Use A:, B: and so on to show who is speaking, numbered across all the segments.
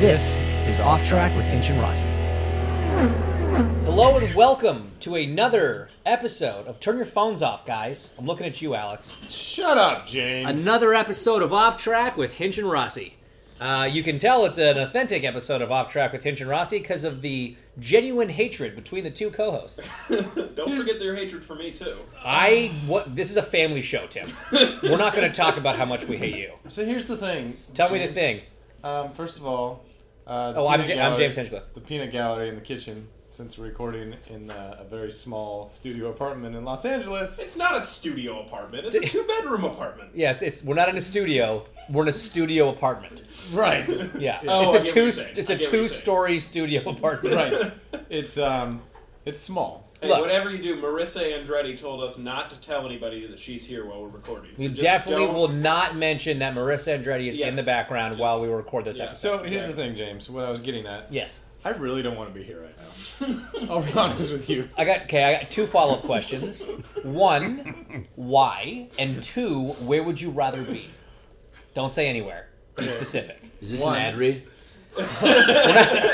A: This is Off Track with Hinch and Rossi.
B: Hello and welcome to another episode of Turn Your Phones Off, guys. I'm looking at you, Alex.
C: Shut up, James.
B: Another episode of Off Track with Hinch and Rossi. Uh, you can tell it's an authentic episode of Off Track with Hinch and Rossi because of the genuine hatred between the two co-hosts.
D: Don't forget their hatred for me too.
B: I what this is a family show, Tim. We're not going to talk about how much we hate you.
C: so here's the thing.
B: Tell me the
C: James.
B: thing.
C: Um, first of all, uh, the
B: Oh, I'm,
C: peanut
B: J- I'm
C: gallery-
B: James Hinchcliffe.
C: The peanut gallery in the kitchen. Since we're recording in uh, a very small studio apartment in Los Angeles,
D: It's not a studio apartment. It's a two-bedroom apartment.
B: Yeah, it's, it's we're not in a studio. We're in a studio apartment.
C: right,
B: Yeah,
C: Oh,
B: it's
D: I
B: a
D: get what
B: two
D: you're saying.
B: it's
D: I
B: a
D: get what you're
B: two story studio apartment.
C: right. It's um, it's small.
D: Hey,
B: Look.
D: whatever you do, Marissa Andretti told us not to tell anybody that she's here while we're recording.
B: We
D: So just
B: definitely
D: don't-
B: will not mention that Marissa Andretti is in
D: Yes.
B: the background
D: Just-
B: while we record this
D: yeah.
B: episode.
C: So here's the thing, James. What I was getting at,
B: Yes.
C: I really don't want to be here right now. I'll be honest with you.
B: I got okay, I got two follow up questions. One, why? And two, where would you rather be? Don't say anywhere. Be specific.
A: Is this
C: One.
A: an ad read?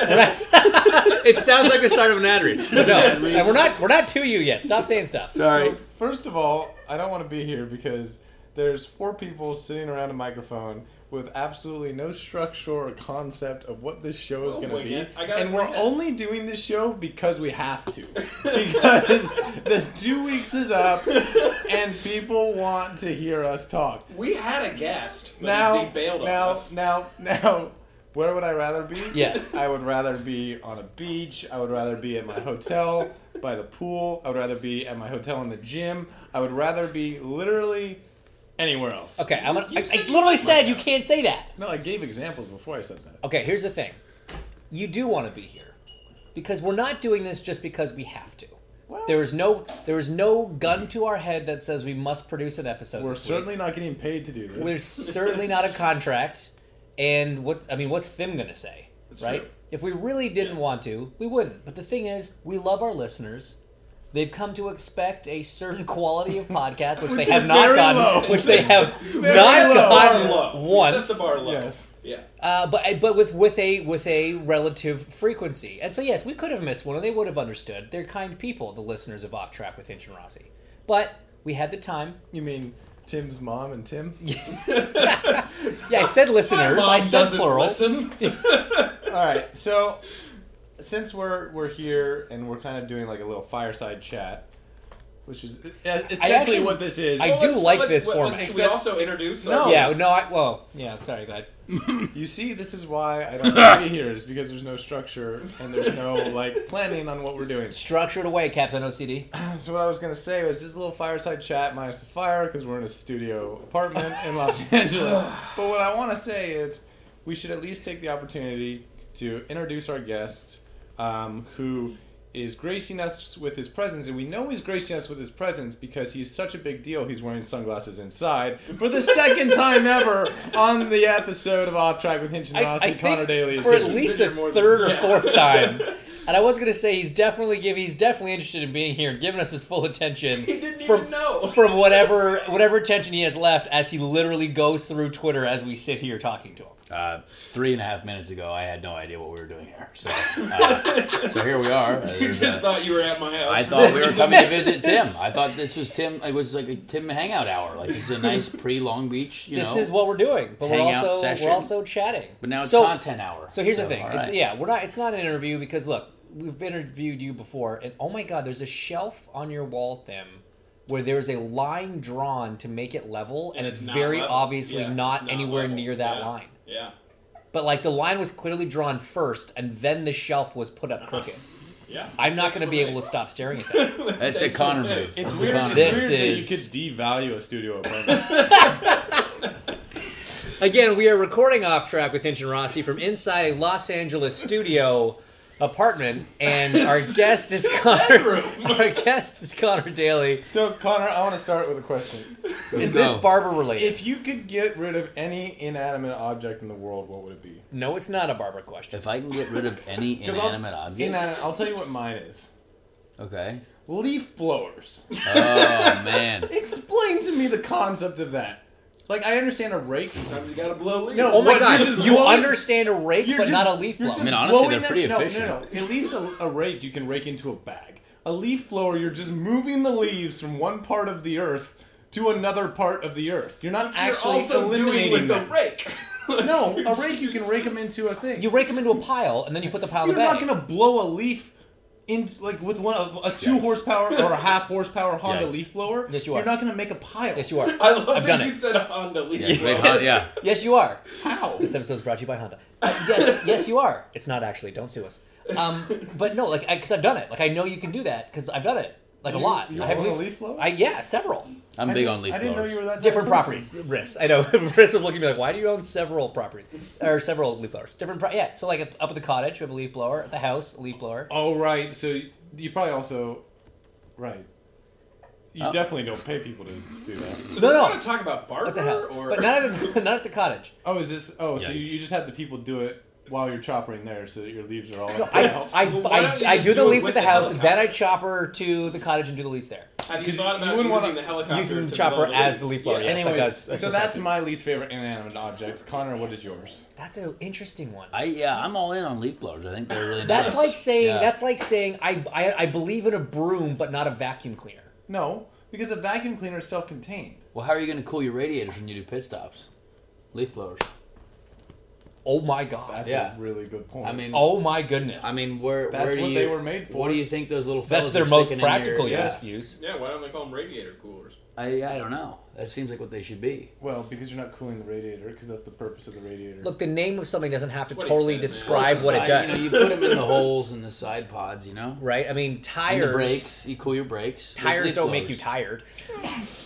B: It sounds like the start of an ad read. No, and we're not we're not to you yet. Stop saying stuff.
C: So, first of all, I don't want to be here because there's four people sitting around a microphone with absolutely no structure or concept of what this show is
D: Well,
C: going to
D: wing
C: be.
D: it. Oh I gotta
C: And we're
D: wing it.
C: only doing this show because we have to. because the two weeks is up and people want to hear us talk.
D: We had a guest, but
C: Now,
D: he bailed
C: now,
D: on us.
C: now, now, where would I rather be?
B: Yes.
C: I would rather be on a beach. I would rather be at my hotel by the pool. I would rather be at my hotel in the gym. I would rather be literally anywhere else.
B: Okay, I'm gonna, I, I
D: said you
B: literally
D: might
B: said you
D: not.
B: can't say that.
C: No, I gave examples before I said that.
B: Okay, here's the thing. You do want to be here because we're not doing this just because we have to.
C: Well-
B: there is no there is no gun to our head that says we must produce an episode.
C: We're
B: this week.
C: certainly not getting paid to do this.
B: We're certainly not a contract. And what I mean, what's Fim gonna say, right?
D: true.
B: If we really didn't want to, we wouldn't. But the thing is, we love our listeners. They've come to expect a certain quality of podcast, which, they
C: is
B: have not
C: very
B: gotten,
C: low.
B: which they have not
C: low.
B: gotten
D: Bar low.
B: once.
D: We set the bar low.
C: Yes.
D: Yeah.
B: Uh, but but with with a with a relative frequency, and so yes, we could have missed one, and they would have understood. They're kind people, the listeners of Off Track with Hinch and Rossi. But we had the time.
C: You mean Tim's mom and Tim?
B: Yeah, I said listeners. I
D: Mom
B: said
D: doesn't
B: plural.
D: listen.
C: All right, so since we're we're here and we're kind of doing like a little fireside chat, which is essentially
B: actually-
C: what this is.
B: I do like this format.
D: Should we
B: Except-
D: also introduce?
C: No.
D: our
B: Yeah,
D: guest?
B: no, I well, yeah. Sorry, go ahead.
C: You see, this is why I don't want to be here is because there's no structure and there's no like planning on what we're doing.
B: Structured away, Captain OCD.
C: So what I was gonna say was this is a little fireside chat minus the fire because we're in a studio apartment in Los Angeles. But what I want to say is we should at least take the opportunity to introduce our guest, um, who is gracing us with his presence, and we know he's gracing us with his presence because he's such a big deal. He's wearing sunglasses inside for the second time ever on the episode of Off Track with Hinch and
B: I- I
C: Rossi.
B: think
C: Connor Daly is
B: for
C: here.
B: at least the
D: been here more than-
B: third or
D: yeah.
B: fourth time. And I was gonna say he's definitely giving he's definitely interested in being here and giving us his full attention.
D: He didn't
B: from,
D: even know.
B: from whatever whatever attention he has left as he literally goes through Twitter as we sit here talking to him.
A: Uh, three and a half minutes ago, I had no idea what we were doing here. So, uh, so here we are. Uh,
D: You
A: there's,
D: just
A: uh,
D: thought you were at my house.
A: I thought we were coming to visit Tim. I thought this was Tim. It was like a Tim hangout hour. Like this is a nice pre Long Beach. You
B: This
A: know,
B: is what we're doing, but we're
A: hangout
B: also
A: session.
B: we're also chatting.
A: But now it's
B: so,
A: content hour.
B: So here's the thing.
A: all
B: It's,
A: right.
B: yeah, we're not. It's not an interview because look, we've interviewed you before, and oh my god, there's a shelf on your wall, Tim, where there's a line drawn to make it level, and, it's,
D: It's not
B: very
D: level.
B: obviously
D: Yeah,
B: not
D: it's not
B: anywhere
D: level.
B: near that
D: Yeah.
B: line.
D: Yeah.
B: But like the line was clearly drawn first, and then the shelf was put
D: Uh-huh.
B: up crooked.
D: Yeah.
B: I'm not going to be able to stop staring at that.
A: That's a Connor move.
C: It's
A: That's a
C: weird.
A: Connor
C: It's
B: This
A: move.
C: weird
B: is-
C: that you could devalue a studio apartment.
B: Again, we are recording off track with Hinch and Rossi from inside a Los Angeles studio apartment, and our guest is Connor. Our guest is Connor Daly.
C: so, Connor, I want to start with a question.
B: Is
A: go.
B: this barber related?
C: If you could get rid of any inanimate object in the world, what would it be?
B: no, it's not a barber question.
A: If I can get rid of any
C: 'Cause I'll-
A: inanimate object,
C: Inan- I'll tell you what mine is.
A: okay.
C: Leaf blowers.
A: Oh man,
C: Explain to me the concept of that. Like, I understand a rake.
D: Sometimes you gotta blow leaves.
C: No,
B: Oh my
C: What,
B: god,
C: you're
B: you
C: just blowing-
B: understand a rake,
C: you're
B: but
C: just-
B: not a leaf blow.
A: I mean, honestly,
C: blowing
A: they're
C: that-
A: pretty
C: no,
A: efficient.
C: No, no, At least a, a rake, you can rake into a bag. A leaf blower, you're just moving the leaves from one part of the earth to another part of the earth. You're not actually
D: You're also
C: eliminating
D: doing with
C: them.
D: a rake.
C: No, a rake, you can rake them into a thing.
B: You rake them into a pile, and then you put the pile
C: You're
B: in the bag.
C: not gonna blow a leaf in like with one a, a two
A: Yikes.
C: horsepower or a half horsepower Honda
A: Yikes.
C: leaf blower.
B: Yes, you are.
C: You're not gonna make a pile.
B: Yes, you are.
D: I love
B: I've
D: that
B: done
D: you
B: it.
D: said Honda leaf.
A: yeah, great, huh? yeah.
B: Yes, you are.
C: How?
B: This episode is brought to you by Honda. Uh, yes, yes, you are. It's not actually. Don't sue us. Um, but no, like, because I've done it. Like, I know you can do that because I've done it. Like, a lot.
C: you
B: I have
C: own a leaf blower?
B: I, yeah, several.
A: I'm
C: I
A: big
C: didn't-
A: on leaf
C: I didn't know
A: blowers.
C: you were that type
B: Different
C: of
B: properties.
C: person.
B: Riss. I know. Riss was looking at me like, why do you own several properties? Or several leaf blowers. Different, pro- yeah. So, like, at, up at the cottage, we have a leaf blower. At the house, a leaf blower.
C: Oh right, so you- you probably also right. You
A: Oh.
C: definitely don't pay people to do that.
B: No,
D: So do we
B: no.
D: want to talk about barber
B: At the house.
D: or
B: But not at the, not at the cottage.
C: Oh, is this? Oh, so you,
A: Yikes.
C: you just have the people do it while you're choppering there, so that your leaves are all.
B: I, I,
D: Well, why
B: I,
D: don't you
B: I
D: just
B: do the
D: do it
B: leaves at
D: with
B: the
D: the
B: house, and then I
D: helicopter?
B: chopper to the cottage and do the leaves there.
D: have you
C: 'Cause
D: thought about
C: you
D: using
C: wouldn't wanna-
D: the helicopter
B: using the
D: to
B: chopper
D: blow
B: as
D: leaves?
B: the leaf blower, yes.
C: Anyways,
B: That's- that's
C: so
B: what
C: that's
B: I do.
C: my least favorite inanimate object. Connor, what is yours?
B: That's an interesting one.
A: I yeah, I'm all in on leaf blowers. I think they're really
B: That's
A: nice.
B: like saying
A: Yeah.
B: that's like saying I, I I believe in a broom but not a vacuum cleaner.
C: No, because a vacuum cleaner is self-contained.
A: well, how are you going to cool your radiators when you do pit stops? Leaf blowers.
B: Oh my god.
C: That's
A: Yeah.
C: a really good point.
A: I mean,
B: Oh my goodness.
A: I mean, where
C: That's
A: where do
C: what
A: you,
C: they were made for.
A: What do you think those little
B: that's
A: fellas
B: their
A: are
B: most
A: sticking in your-
B: practical
A: yeah.
B: use. use.
D: Yeah, why don't they call them radiator coolers?
A: I I don't know. That seems like what they should be.
C: Well, because you're not cooling the radiator, because that's the purpose of the radiator.
B: Look, the name of something doesn't have to
D: What he
B: totally
D: said, man.
B: describe what it
A: Side-
B: does,
A: You, know, you put them in the holes in the side pods. You know,
B: right? I mean,
A: and
B: tires.
A: the brakes. You cool your brakes. with
B: Tires
A: leaf
B: don't make you
A: blowers.
B: tired.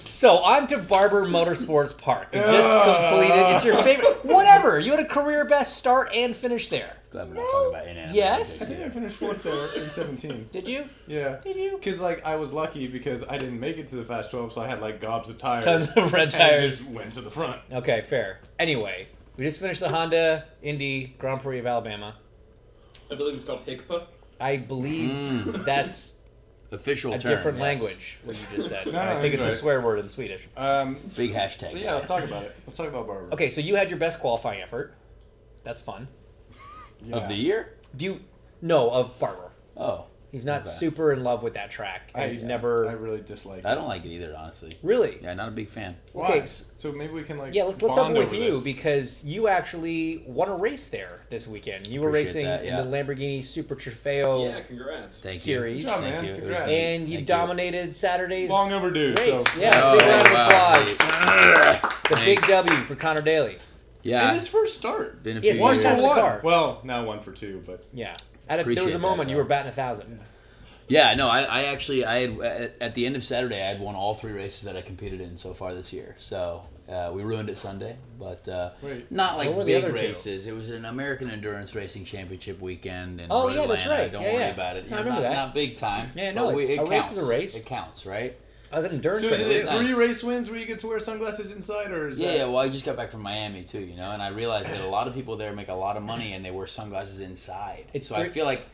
B: So on to Barber Motorsports Park. You just
C: Ah.
B: completed. It's your favorite. Whatever. You had a career best start and finish there.
A: Glad we're not talking about inanimate
B: Yes.
C: I
A: objects
C: think I
A: here.
C: finished fourth there in 17.
B: Did you?
C: Yeah. Did
B: you?
C: Because, like, I was lucky because I didn't make it to the Fast 12, so I had, like, gobs of tires.
B: Tons of red
C: And
B: tires.
C: just went to the front.
B: Okay, fair. Anyway, we just finished the Honda Indy Grand Prix of Alabama.
D: I believe it's called HICPA.
B: I believe
C: Mm.
B: that's
A: Official
B: a
A: term,
B: different
A: yes.
B: language, what you just said.
C: No,
B: I
C: no,
B: think it's
C: he's
B: a
C: right.
B: swear word in Swedish.
C: Um,
A: Big hashtag.
C: so, yeah, let's talk about it. Let's talk about Barbara.
B: Okay, so you had your best qualifying effort. That's fun.
C: Yeah.
A: of the year.
B: Do you know of Barber?
A: Oh,
B: He's not
A: Okay.
B: super in love with that track.
C: I,
B: He's never
C: I really dislike
A: I
C: it.
A: don't like it either, honestly.
B: really.
A: Yeah, not a big fan.
C: Why?
B: okay, s-
C: So maybe we can, like,
B: Yeah, let's let's open
C: bond
B: with
C: over
B: you
C: this.
B: because you actually won a race there this weekend. You were
A: Appreciate
B: racing
A: that, yeah.
B: in the Lamborghini Super Trofeo,
D: Yeah, congrats.
A: Thank
B: Series.
A: you.
B: Good job,
A: Thank
C: man.
A: you. It was
C: Congrats.
A: neat.
B: and you
A: Thank
B: dominated Saturday's
C: Long overdue.
B: race.
C: So.
B: Yeah,
A: Oh,
B: big round of
A: wow,
B: applause. The
A: Thanks.
B: big W for Connor Daly.
A: Yeah.
C: And his first start.
A: been a few
B: Yes,
C: One
B: He's
C: for
B: out of
A: years.
B: the
C: one.
B: car.
C: Well, now one for two, but.
B: Yeah, At a, there
A: Appreciate
B: was a
A: that,
B: moment you
A: though.
B: were batting a thousand.
A: Yeah, no, I, I actually, I had at, at the end of Saturday, I had won all three races that I competed in so far this year. So uh, we ruined it Sunday, but uh,
C: Wait.
A: not like
B: What were the
A: big
B: other two?
A: races. It was an American Endurance Racing Championship weekend in
B: Oh, yeah, that's
A: Atlanta.
B: right.
A: Don't
B: Yeah,
A: worry
B: yeah.
A: about it.
B: No, I remember
A: not,
B: that.
A: not big time.
B: Yeah, no,
A: but we, it
B: a race
A: counts.
B: is a race.
A: It counts, right?
B: I was an endurance
C: So is
B: race.
C: it
B: too.
A: nice.
C: three race wins where you get to wear sunglasses inside, or is
A: Yeah,
C: that...
A: yeah. Well, I just got back from Miami too, you know, and I realized that a lot of people there make a lot of money and they wear sunglasses inside.
B: It's
A: so I
B: three-
A: feel like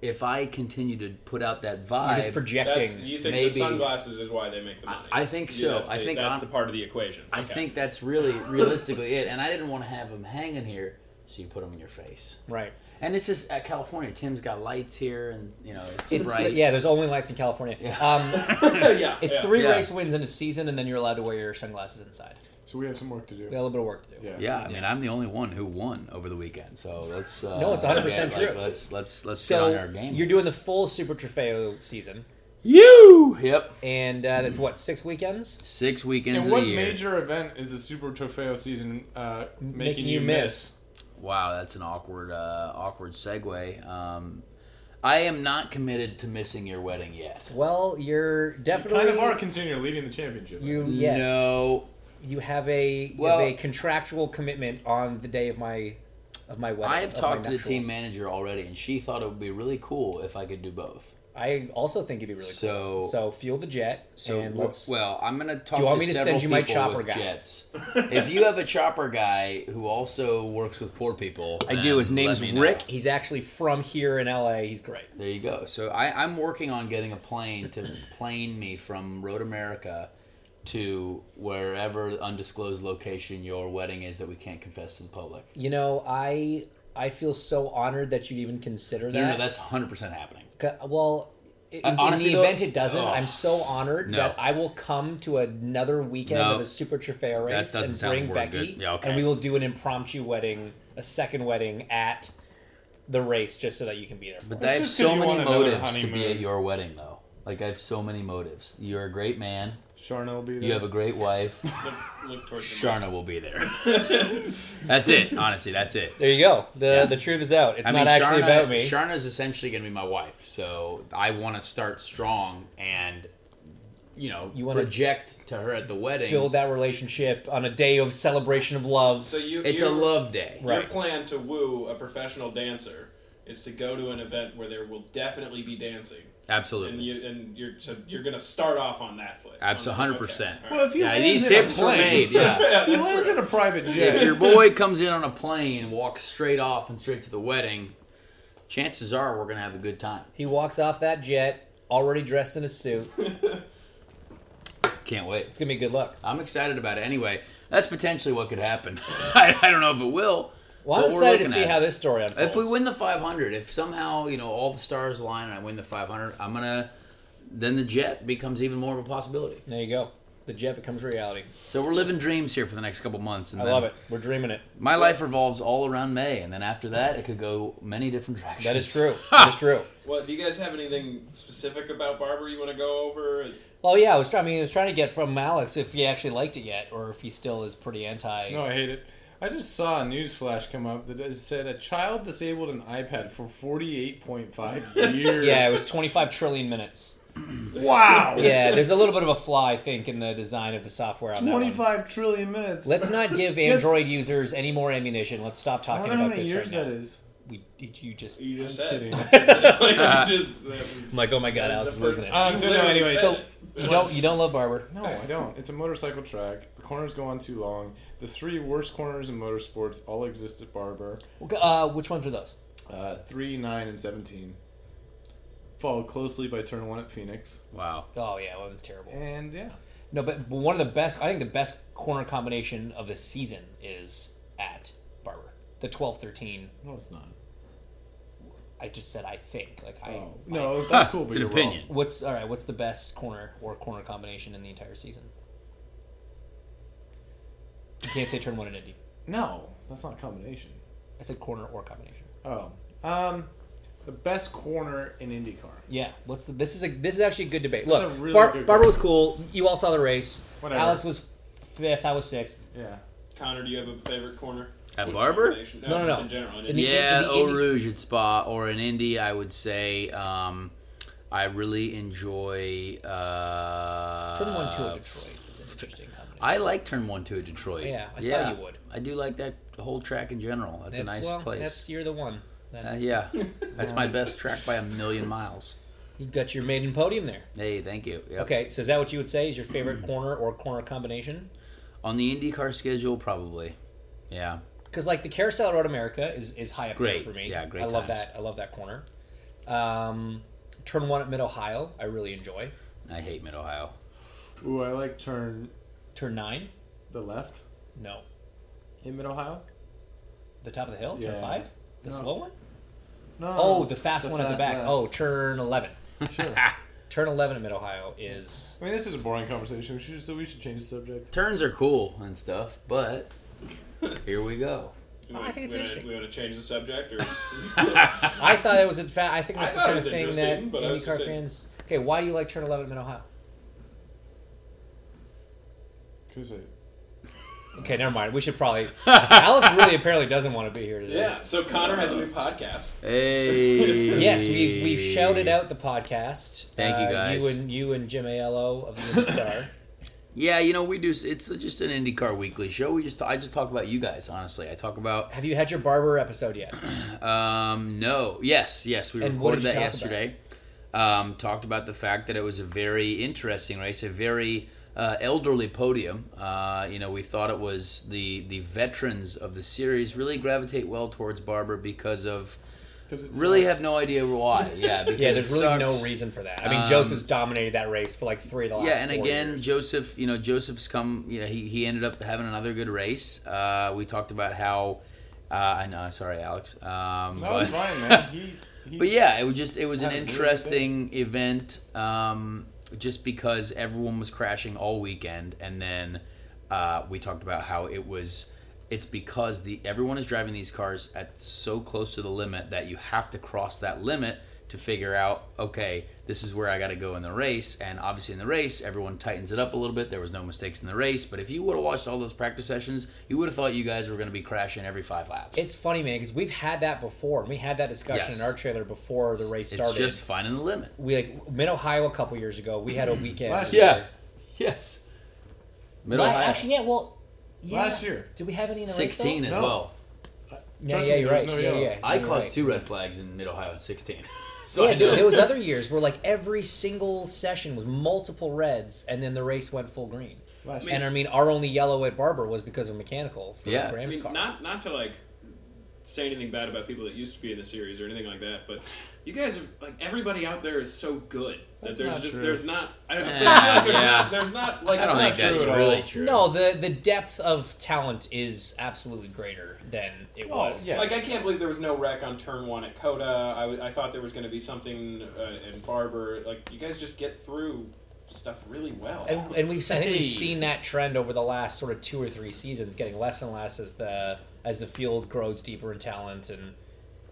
A: if I continue to put out that
B: You're
A: vibe,
B: just projecting.
D: That's, you think
A: Maybe.
D: the sunglasses is why they make the money?
A: I- I think
D: Yeah,
A: so.
D: that's
A: I
D: the-
A: think
D: that's
A: I'm-
D: the part of the equation.
A: I
D: Okay.
A: think that's really realistically it. And I didn't want to have them hanging here, so you put them in your face.
B: right.
A: And this is at California. Tim's got lights here, and you know it's,
B: It's,
A: bright.
B: Yeah, there's only lights in California. Um,
D: yeah,
B: it's
D: yeah.
B: three
A: Yeah.
B: race wins in a season, and then you're allowed to wear your sunglasses inside.
C: So we have some work to do.
B: We got a little bit of work to do.
C: Yeah.
A: Yeah, I mean I'm the only one who won over the weekend, so let's. Uh,
B: No, it's 100%
A: like,
B: true.
A: Let's let's let's get on our
B: So
A: game.
B: you're doing the full Super Trofeo season,
A: you. Yep,
B: and uh, that's what six weekends.
A: six weekends
C: And
A: of
C: what
A: the year.
C: major event is the Super Trofeo season uh, making,
B: Making
C: you
B: you
C: miss?
A: Wow, that's an awkward, uh, awkward segue. Um, I am not committed to missing your wedding yet.
B: Well, you're definitely
C: Kind of are considering you're leading the championship.
B: you yes.
A: No.
B: You have a you
A: Well-
B: have a contractual commitment on the day of my of my wedding.
A: I
B: of
A: have
B: my
A: talked to the
B: nuptials.
A: team manager already, and she thought it would be really cool if I could do both.
B: I also think it'd be really
A: So-
B: cool. So fuel the jet
A: So,
B: and
A: w-
B: let's
A: well, I'm gonna talk.
B: Do you want
A: to
B: me to
A: several
B: send you my
A: people
B: chopper
A: with
B: guy?
A: Jets. if you have a chopper guy who also works with poor people,
B: I do. His
A: then
B: name's
A: let me know.
B: Rick. He's actually from here in LA. He's great.
A: There you go. So I, I'm working on getting a plane to plane me from Road America to wherever undisclosed location your wedding is that we can't confess to the public.
B: You know, I I feel so honored that you'd even consider
A: No, no,
B: that.
A: that's 100% happening.
B: Ca- well, in,
A: Uh,
B: in
A: honestly,
B: the
A: though-
B: event it doesn't,
A: Ugh.
B: I'm so honored
A: No.
B: that I will come to another weekend
A: No.
B: of a Super Trofeo
A: That
B: race
A: doesn't
B: and
A: sound
B: bring
A: word
B: Becky,
A: good. Yeah, okay.
B: and we will do an impromptu wedding, a second wedding at the race, just so that you can be there. For
A: But
B: it.
A: I have
C: just 'cause
A: so
C: you want
A: many
C: another
A: motives to be
C: honeymoon.
A: at your wedding, though. Like, I have so many motives. You're a great man.
C: Sharna will be there.
A: You have a great wife.
D: Look, look towards the mic.
A: Sharna will be there. that's it. Honestly, that's it.
B: there you go. The the truth is out. It's
A: I
B: not
A: mean,
B: actually
A: Sharna,
B: about me.
A: Sharna's essentially going to be my wife, so I want to start strong and, you know,
B: You
A: you
B: wanna
A: project to her at the wedding.
B: Build that relationship on a day of celebration of love.
D: So you,
A: it's a
D: you're-
A: love day.
B: Right.
D: Your plan to woo a professional dancer is to go to an event where there will definitely be dancing, and
A: Absolutely.
D: you and you're so you're gonna start off on that foot.
A: Abso-
D: On the-
A: 100%.
D: okay, all
C: Well,
D: right.
C: if you
A: Yeah,
C: land
A: these
C: in a
A: hips are
C: plane-
A: made. Yeah.
D: Yeah,
C: If you
D: that's
C: lands
D: where-
C: in a private
A: if your
C: jet,
A: boy comes in on a plane, walks straight off and straight to the wedding, chances are we're going to have a good time.
B: He walks off that jet already dressed in a suit.
A: Can't wait.
B: It's gonna be good luck.
A: I'm excited about it. Anyway, that's potentially what could happen. I, I don't know if it will.
B: Well, I'm
A: but we're
B: excited to
A: looking
B: see
A: at
B: how
A: it.
B: this story unfolds.
A: If we win the 500, if somehow you know all the stars align and I win the 500, I'm gonna then the jet becomes even more of a possibility.
B: there you go. The jet becomes reality.
A: So we're living dreams here for the next couple months. And
B: I
A: then
B: love it. We're dreaming it.
A: My life revolves all around May, and then after that, it could go many different directions.
B: That is true. that is true.
D: Well, do you guys have anything specific about Barber you want to go over? Is
B: Well, yeah, I was trying. I mean, I was trying to get from Alex if he actually liked it yet, or if he still is pretty anti.
C: no, I hate it. I just saw a news flash come up that it said a child disabled an iPad for 48.5 years.
B: yeah, it was 25 trillion minutes.
C: wow.
B: Yeah, there's a little bit of a flaw, I think, in the design of the software on that one.
C: 25 trillion minutes.
B: Let's not give
C: Yes.
B: Android users any more ammunition. Let's stop
C: I
B: talking
C: don't know how
B: about
C: many
B: this
C: years
B: right
C: that
B: now.
C: is.
B: We, did you just?
D: you just
C: I'm
D: said
C: kidding.
D: Like, you just- that was-
B: I'm like, oh my god,
D: that was
B: Alex is
D: the first-
B: losing it.
C: Uh,
D: You
C: so no,
D: literally
C: anyway,
D: said
B: so
D: it.
B: you don't you don't love Barber?
C: No, I don't. It's a motorcycle track. The corners go on too long. The three worst corners in motorsports all exist at Barber.
B: Uh, which ones are those?
C: Uh, three, nine, and seventeen. Followed closely by turn one at Phoenix.
A: Wow.
B: Oh yeah, one was terrible.
C: And yeah,
B: No, but, but one of the best. I think the best corner combination of the season is at Barber. The 12-13.
C: no, it's not.
B: I just said I think. Like I.
C: Oh,
B: I-
C: no, that's cool.
A: it's
C: but
A: an
C: you're
A: opinion.
B: what's all right? What's the best corner or corner combination in the entire season? You can't say turn one and Indy.
C: Wrong. No, that's not a combination.
B: I said corner or combination.
C: Oh, um, the best corner in IndyCar.
B: Yeah. What's the? This is a. This is actually a good debate.
C: That's
B: Look,
C: a really
B: Bar-
C: good
B: Barber
C: debate.
B: was cool. You all saw the race.
C: Whatever.
B: Alex was fifth. I was sixth.
C: Yeah.
D: Connor, do you have a favorite corner?
A: At Barber?
D: combination?
B: No, no,
D: just
B: no.
D: In general,
B: In the-
A: Yeah,
B: in the-
A: Eau Rouge at Spa or in Indy, I would say. Um, I really enjoy. Uh,
B: Turn one two of Detroit is an interesting combination.
A: I like turn one two at Detroit.
B: Yeah, I thought you would.
A: I do like that whole track in general. That's, a nice
B: well,
A: place.
B: That's you're the one. Then.
A: Uh, yeah, that's my best track by a million miles.
B: you got your maiden podium there.
A: Hey, thank you. Yep. Mm.
B: Okay, so is that what you would say is your favorite corner or corner combination?
A: On the IndyCar schedule, probably. Yeah.
B: Because like the Carousel at Road America is is high up there
A: Great.
B: for me.
A: Yeah, great
B: I love
A: times.
B: that. I love that corner. Um, turn one at Mid Ohio, I really enjoy.
A: I hate Mid Ohio.
C: Ooh, I like turn
B: Turn nine,
C: the left
B: no,
C: in Mid Ohio.
B: the top of the hill. Turn
C: Yeah.
B: five, the
C: No.
B: slow one.
C: No.
B: Oh, the fast one at the
C: fast
B: back.
C: left.
B: Oh, turn eleven.
C: sure.
B: Turn eleven at Mid Ohio is
C: I mean, this is a boring conversation, we should, so we should change the subject.
A: Turns are cool and stuff, but here we go.
D: We
B: I think it's
D: we wanna-
B: interesting.
D: We want to change the subject, or
B: I thought it was in fact. I think
D: I
B: that's the
D: thought it
B: kind of
D: was
B: thing that
D: interesting, but I was
B: IndyCar
D: just saying-
B: fans. Okay, why do you like turn eleven at Mid Ohio?
C: Because it
B: Okay, never mind. We should probably. Alex really apparently doesn't want to be here today.
D: Yeah. So Connor has a new podcast.
A: Hey.
B: Yes, we've, we've shouted out the podcast. Uh,
A: Thank you, guys.
B: You and you and Jim Aiello of the Star.
A: Yeah, you know we do. It's just an IndyCar Weekly show. We just I just talk about you guys. Honestly, I talk about
B: Have you had your barber episode yet?
A: Um, no. Yes, yes. We
B: And what
A: recorded
B: did you
A: that
B: talk
A: yesterday. Um, talked about the fact that it was a very interesting race, a very uh, elderly podium. Uh, you know, we thought it was the the veterans of the series really gravitate well towards Barber because of
C: Because it's
A: really have no idea why. Yeah, because
B: Yeah,
A: it
B: there's really
A: sucks.
B: no reason for that. I mean,
A: Um,
B: Joseph's dominated that race for like three of the last.
A: Yeah, and
B: four
A: again,
B: years.
A: Joseph, you know, Joseph's come, you know, he, he ended up having another good race. Uh, we talked about how, uh, I know, sorry, Alex. Um,
C: That was
A: but-
C: fine, man. He, he,
A: but yeah, it was just it was an
C: Had a weird
A: interesting event, um, just because everyone was crashing all weekend, and then uh, we talked about how it was. It's because the everyone is driving these cars at so close to the limit that you have to cross that limit to figure out okay this is where I got to go in the race and obviously in the race everyone tightens it up a little bit there was no mistakes in the race but if you would have watched all those practice sessions you would have thought you guys were going to be crashing every 5 laps
B: it's funny, man, because we've had that before, and we had that discussion
A: Yes.
B: in our trailer before the race
A: it's
B: started.
A: just finding the limit
B: we like Mid Ohio a couple years ago. We had a weekend.
C: Last year.
A: Yeah. Yes. Middle
B: La-
A: high.
B: actually, yeah. Well, yeah.
C: Last year.
B: Did we have any in the race? though?
A: 16 as
C: No.
A: well.
B: Yeah,
C: Trust
B: yeah,
C: me,
B: you're
C: there was
B: right.
C: no
B: yeah, yeah,
C: yellows.
B: yeah,
A: I
B: you're
A: caused
B: right.
A: two red flags in Mid Ohio at 16. So
B: Yeah,
A: I do.
B: there was other years where like every single session was multiple reds, and then the race went full green.
C: Last
B: And I mean, our only yellow at Barber was because of mechanical for
A: Yeah.
D: I
B: Graham's
D: mean,
B: car.
D: not not to like say anything bad about people that used to be in the series or anything like that, but you guys are like everybody out there is so good that
C: That's
D: there's
C: not
D: just
C: true.
D: there's not I don't know,
A: Eh,
D: there's, not, there's,
A: yeah.
D: not, there's not like
A: I don't
D: it's
A: think
D: not
A: that's
D: true at
A: really
D: all.
A: true.
B: No, the the depth of talent is absolutely greater than it
C: Oh,
B: was.
C: yeah.
D: Like I can't believe there was no wreck on turn one at Coda. I, w- I thought there was going to be something uh, in Barber. Like you guys just get through stuff really well.
B: And, and we've I think
A: Hey.
B: we've seen that trend over the last sort of two or three seasons, getting less and less as the as the field grows deeper in talent. And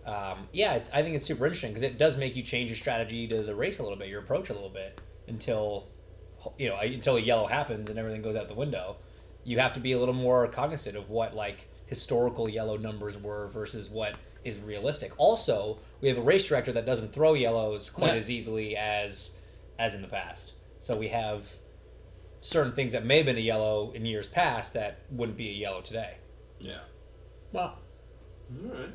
B: um, yeah, it's I think it's super interesting because it does make you change your strategy to the race a little bit, your approach a little bit until you know until a yellow happens and everything goes out the window. You have to be a little more cognizant of what like historical yellow numbers were versus what is realistic. Also, we have a race director that doesn't throw yellows quite
A: Yeah.
B: as easily as as in the past. So we have certain things that may have been a yellow in years past that wouldn't be a yellow today.
D: yeah.
B: Well,
D: All right.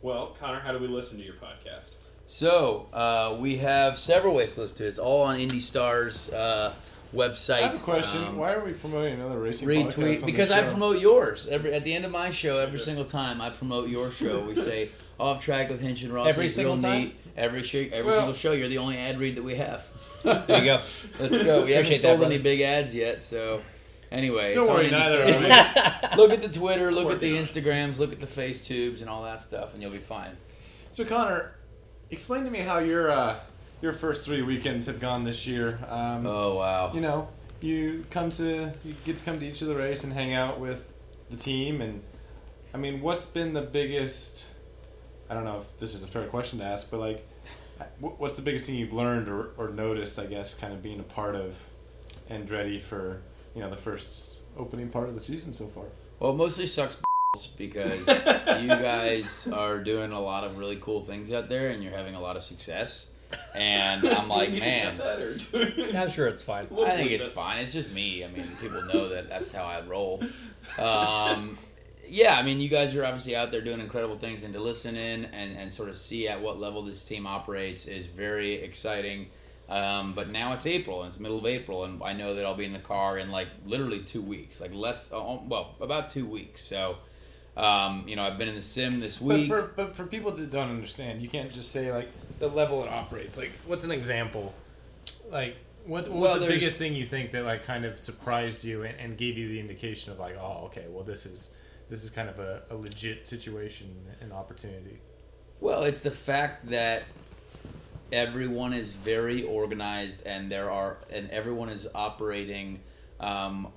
D: Well, Connor, how do we listen to your podcast?
A: So uh, we have several ways to listen to it. It's all on Indy Stars uh, website.
C: I have a question.
A: Um,
C: Why are we promoting another racing podcast on
A: retweet
C: the
A: because I
C: show?
A: promote yours every at the end of my show every single time. I promote your show. We say off track with Hinch and Ross.
B: Every
A: It's
B: single
A: real
B: time?
A: neat. Every sh- every
C: Well-
A: single show. You're the only ad read that we have.
B: there you go.
A: Let's go. We haven't
B: Appreciate that,
A: sold
B: brother.
A: any big ads yet, so anyway,
C: Don't
A: it's
C: worry,
A: on Indy
C: neither
A: Stars.
C: are we.
A: look at the Twitter, look at the
D: Working on it.
A: Instagrams, look at the FaceTubes and all that stuff, and you'll be fine.
C: So Connor, explain to me how your uh, your first three weekends have gone this year. Um,
A: Oh wow.
C: You know, you come to you get to come to each of the race and hang out with the team, and I mean, what's been the biggest? I don't know if this is a fair question to ask, but like, wh- what's the biggest thing you've learned or, or noticed? I guess kind of being a part of Andretti for you know the first opening part of the season so far.
A: Well, it mostly sucks balls because you guys are doing a lot of really cool things out there and you're having a lot of success. And I'm like, man,
B: I'm sure it's fine.
A: I think it's fine. It's just me. I mean, people know that that's how I roll. Um, yeah, I mean, you guys are obviously out there doing incredible things, and to listen in and, and sort of see at what level this team operates is very exciting. Um, but now it's April, and it's middle of April, and I know that I'll be in the car in like literally two weeks, like less, uh, well, about two weeks. So, um, you know, I've been in the sim this
C: But
A: week.
C: for, but for people that don't understand, you can't just say like the level it operates. Like, what's an example? Like, what, what
A: Well,
C: was the
A: there's-
C: biggest thing you think that like kind of surprised you and, and gave you the indication of like, oh, okay, well, this is this is kind of a, a legit situation and opportunity.
A: Well, it's the fact that everyone is very organized, and there are, and everyone is operating. Um,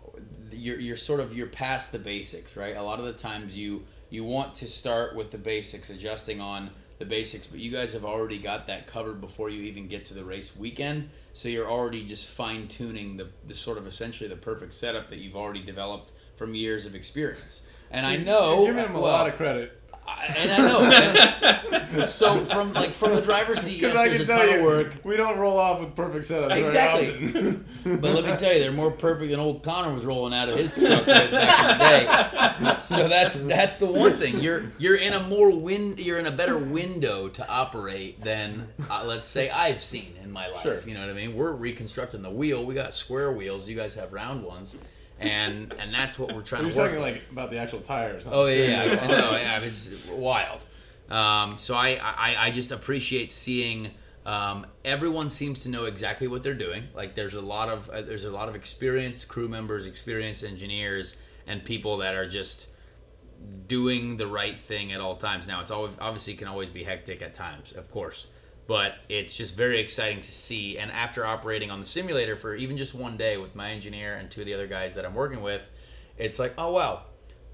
A: you're, you're sort of you're past the basics, right? A lot of the times you you want to start with the basics, adjusting on the basics, but you guys have already got that covered before you even get to the race weekend. So you're already just fine tuning the, the sort of essentially the perfect setup that you've already developed from years of experience. And I
C: You're
A: know
C: giving him a
A: well,
C: lot of credit.
A: I- and I know. and- so from like from the driver's seat, yes,
C: Because I
A: there's
C: can
A: a
C: tell
A: ton
C: you,
A: of work.
C: we don't roll off with perfect setups. very
A: Exactly.
C: often.
A: But let me tell you, they're more perfect than old Connor was rolling out of his truck back back in the day. So that's that's the one thing. You're you're in a more win. You're in a better window to operate than uh, let's say I've seen in my life.
C: Sure.
A: You know what I mean? We're reconstructing the wheel. We got square wheels. You guys have round ones, and and that's what we're trying
C: "Oh, You're
A: to work.
C: talking like about the actual tires. not
A: Oh
C: the
A: yeah,
C: steering
A: yeah, I
C: wheel.
A: know. Yeah, it's wild. Um, so I, I, I just appreciate seeing. Um, everyone seems to know exactly what they're doing. Like there's a lot of uh, there's a lot of experienced crew members, experienced engineers, and people that are just doing the right thing at all times. Now it's always obviously can always be hectic at times, of course, but it's just very exciting to see. And after operating on the simulator for even just one day with my engineer and two of the other guys that I'm working with, it's like oh wow,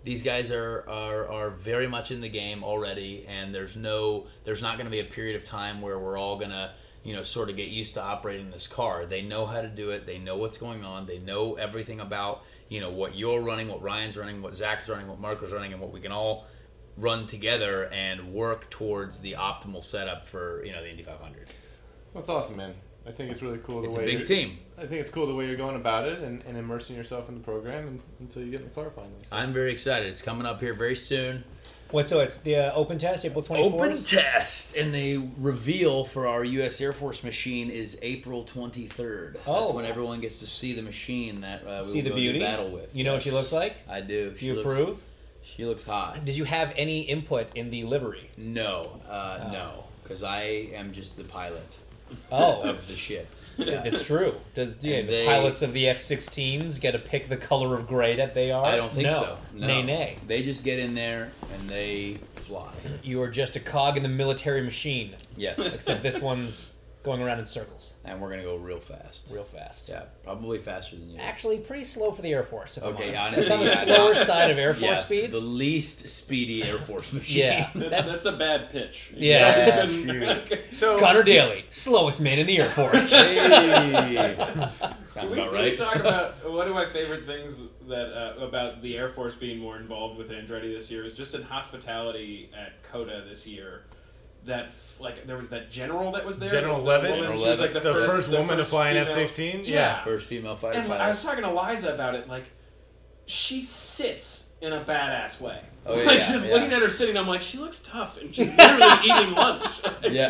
A: these guys are are, are very much in the game already, and there's no there's not going to be a period of time where we're all gonna you know sort of get used to operating this car they know how to do it they know what's going on they know everything about you know what you're running what ryan's running what zach's running what marco's running and what we can all run together and work towards the optimal setup for you know the indy 500
C: That's awesome, man. I think it's really cool the
A: it's a
C: way
A: big
C: you're-
A: team
C: I think it's cool the way you're going about it and, and immersing yourself in the program and, until you get in the car finally. So.
A: i'm very excited it's coming up here very soon
B: What? So it's the uh, open test, April twenty fourth.
A: open test and the reveal for our us air force machine is april 23rd that's
B: Oh.
A: when everyone gets to see the machine that uh, we
B: See
A: will
B: the
A: go to
B: beauty.
A: battle with
B: You know what she
A: Yes.
B: looks like.
A: I do.
B: Do you
A: looks-
B: approve?
A: She looks hot.
B: Did you have any input in the livery?
A: No, uh, no, because I am just the pilot
B: Oh,
A: of the ship.
B: it's true. Does yeah,
A: And
B: the
A: they-
B: pilots of the F-16s get to pick the color of gray that they are?
A: I don't think
B: no.
A: so. No.
B: Nay, nay.
A: They just get in there and they fly.
B: You are just a cog in the military machine.
A: Yes,
B: Except this one's going around in circles,
A: and we're gonna go real fast.
B: real fast.
A: Yeah, probably faster than you.
B: Actually, pretty slow for the Air Force. If
A: Okay,
B: I'm honest. it's
A: honestly,
B: on the
A: yeah,
B: slower
A: not-
B: side of Air Force
A: yeah,
B: speeds.
A: the least speedy Air Force machine.
B: yeah,
D: That's,
B: that's
D: that's a bad pitch. You
B: Yeah.
D: guys
C: Yeah.
D: couldn't-
C: So
B: Connor Daly, slowest man in the Air Force.
A: Hey. Sounds
D: we,
A: about
D: we
A: right.
D: talk about one of my favorite things that uh, about the Air Force being more involved with Andretti this year is just in hospitality at Coda this year. That f- like there was that general that was there,
C: General
D: the
C: Levin?
D: woman,
A: General
D: she was, like,
A: Levin.
D: the,
C: the
D: first,
C: first
D: the
C: woman to
D: first
C: fly an
D: female-
C: F-16?
D: Yeah,
A: First female fighter
D: and
A: pilot.
D: I was talking to Liza about it. Like she sits in a badass way.
A: Oh, yeah,
D: like just
A: yeah.
D: looking at her sitting, I'm like, she looks tough, and she's literally eating lunch.
A: yeah.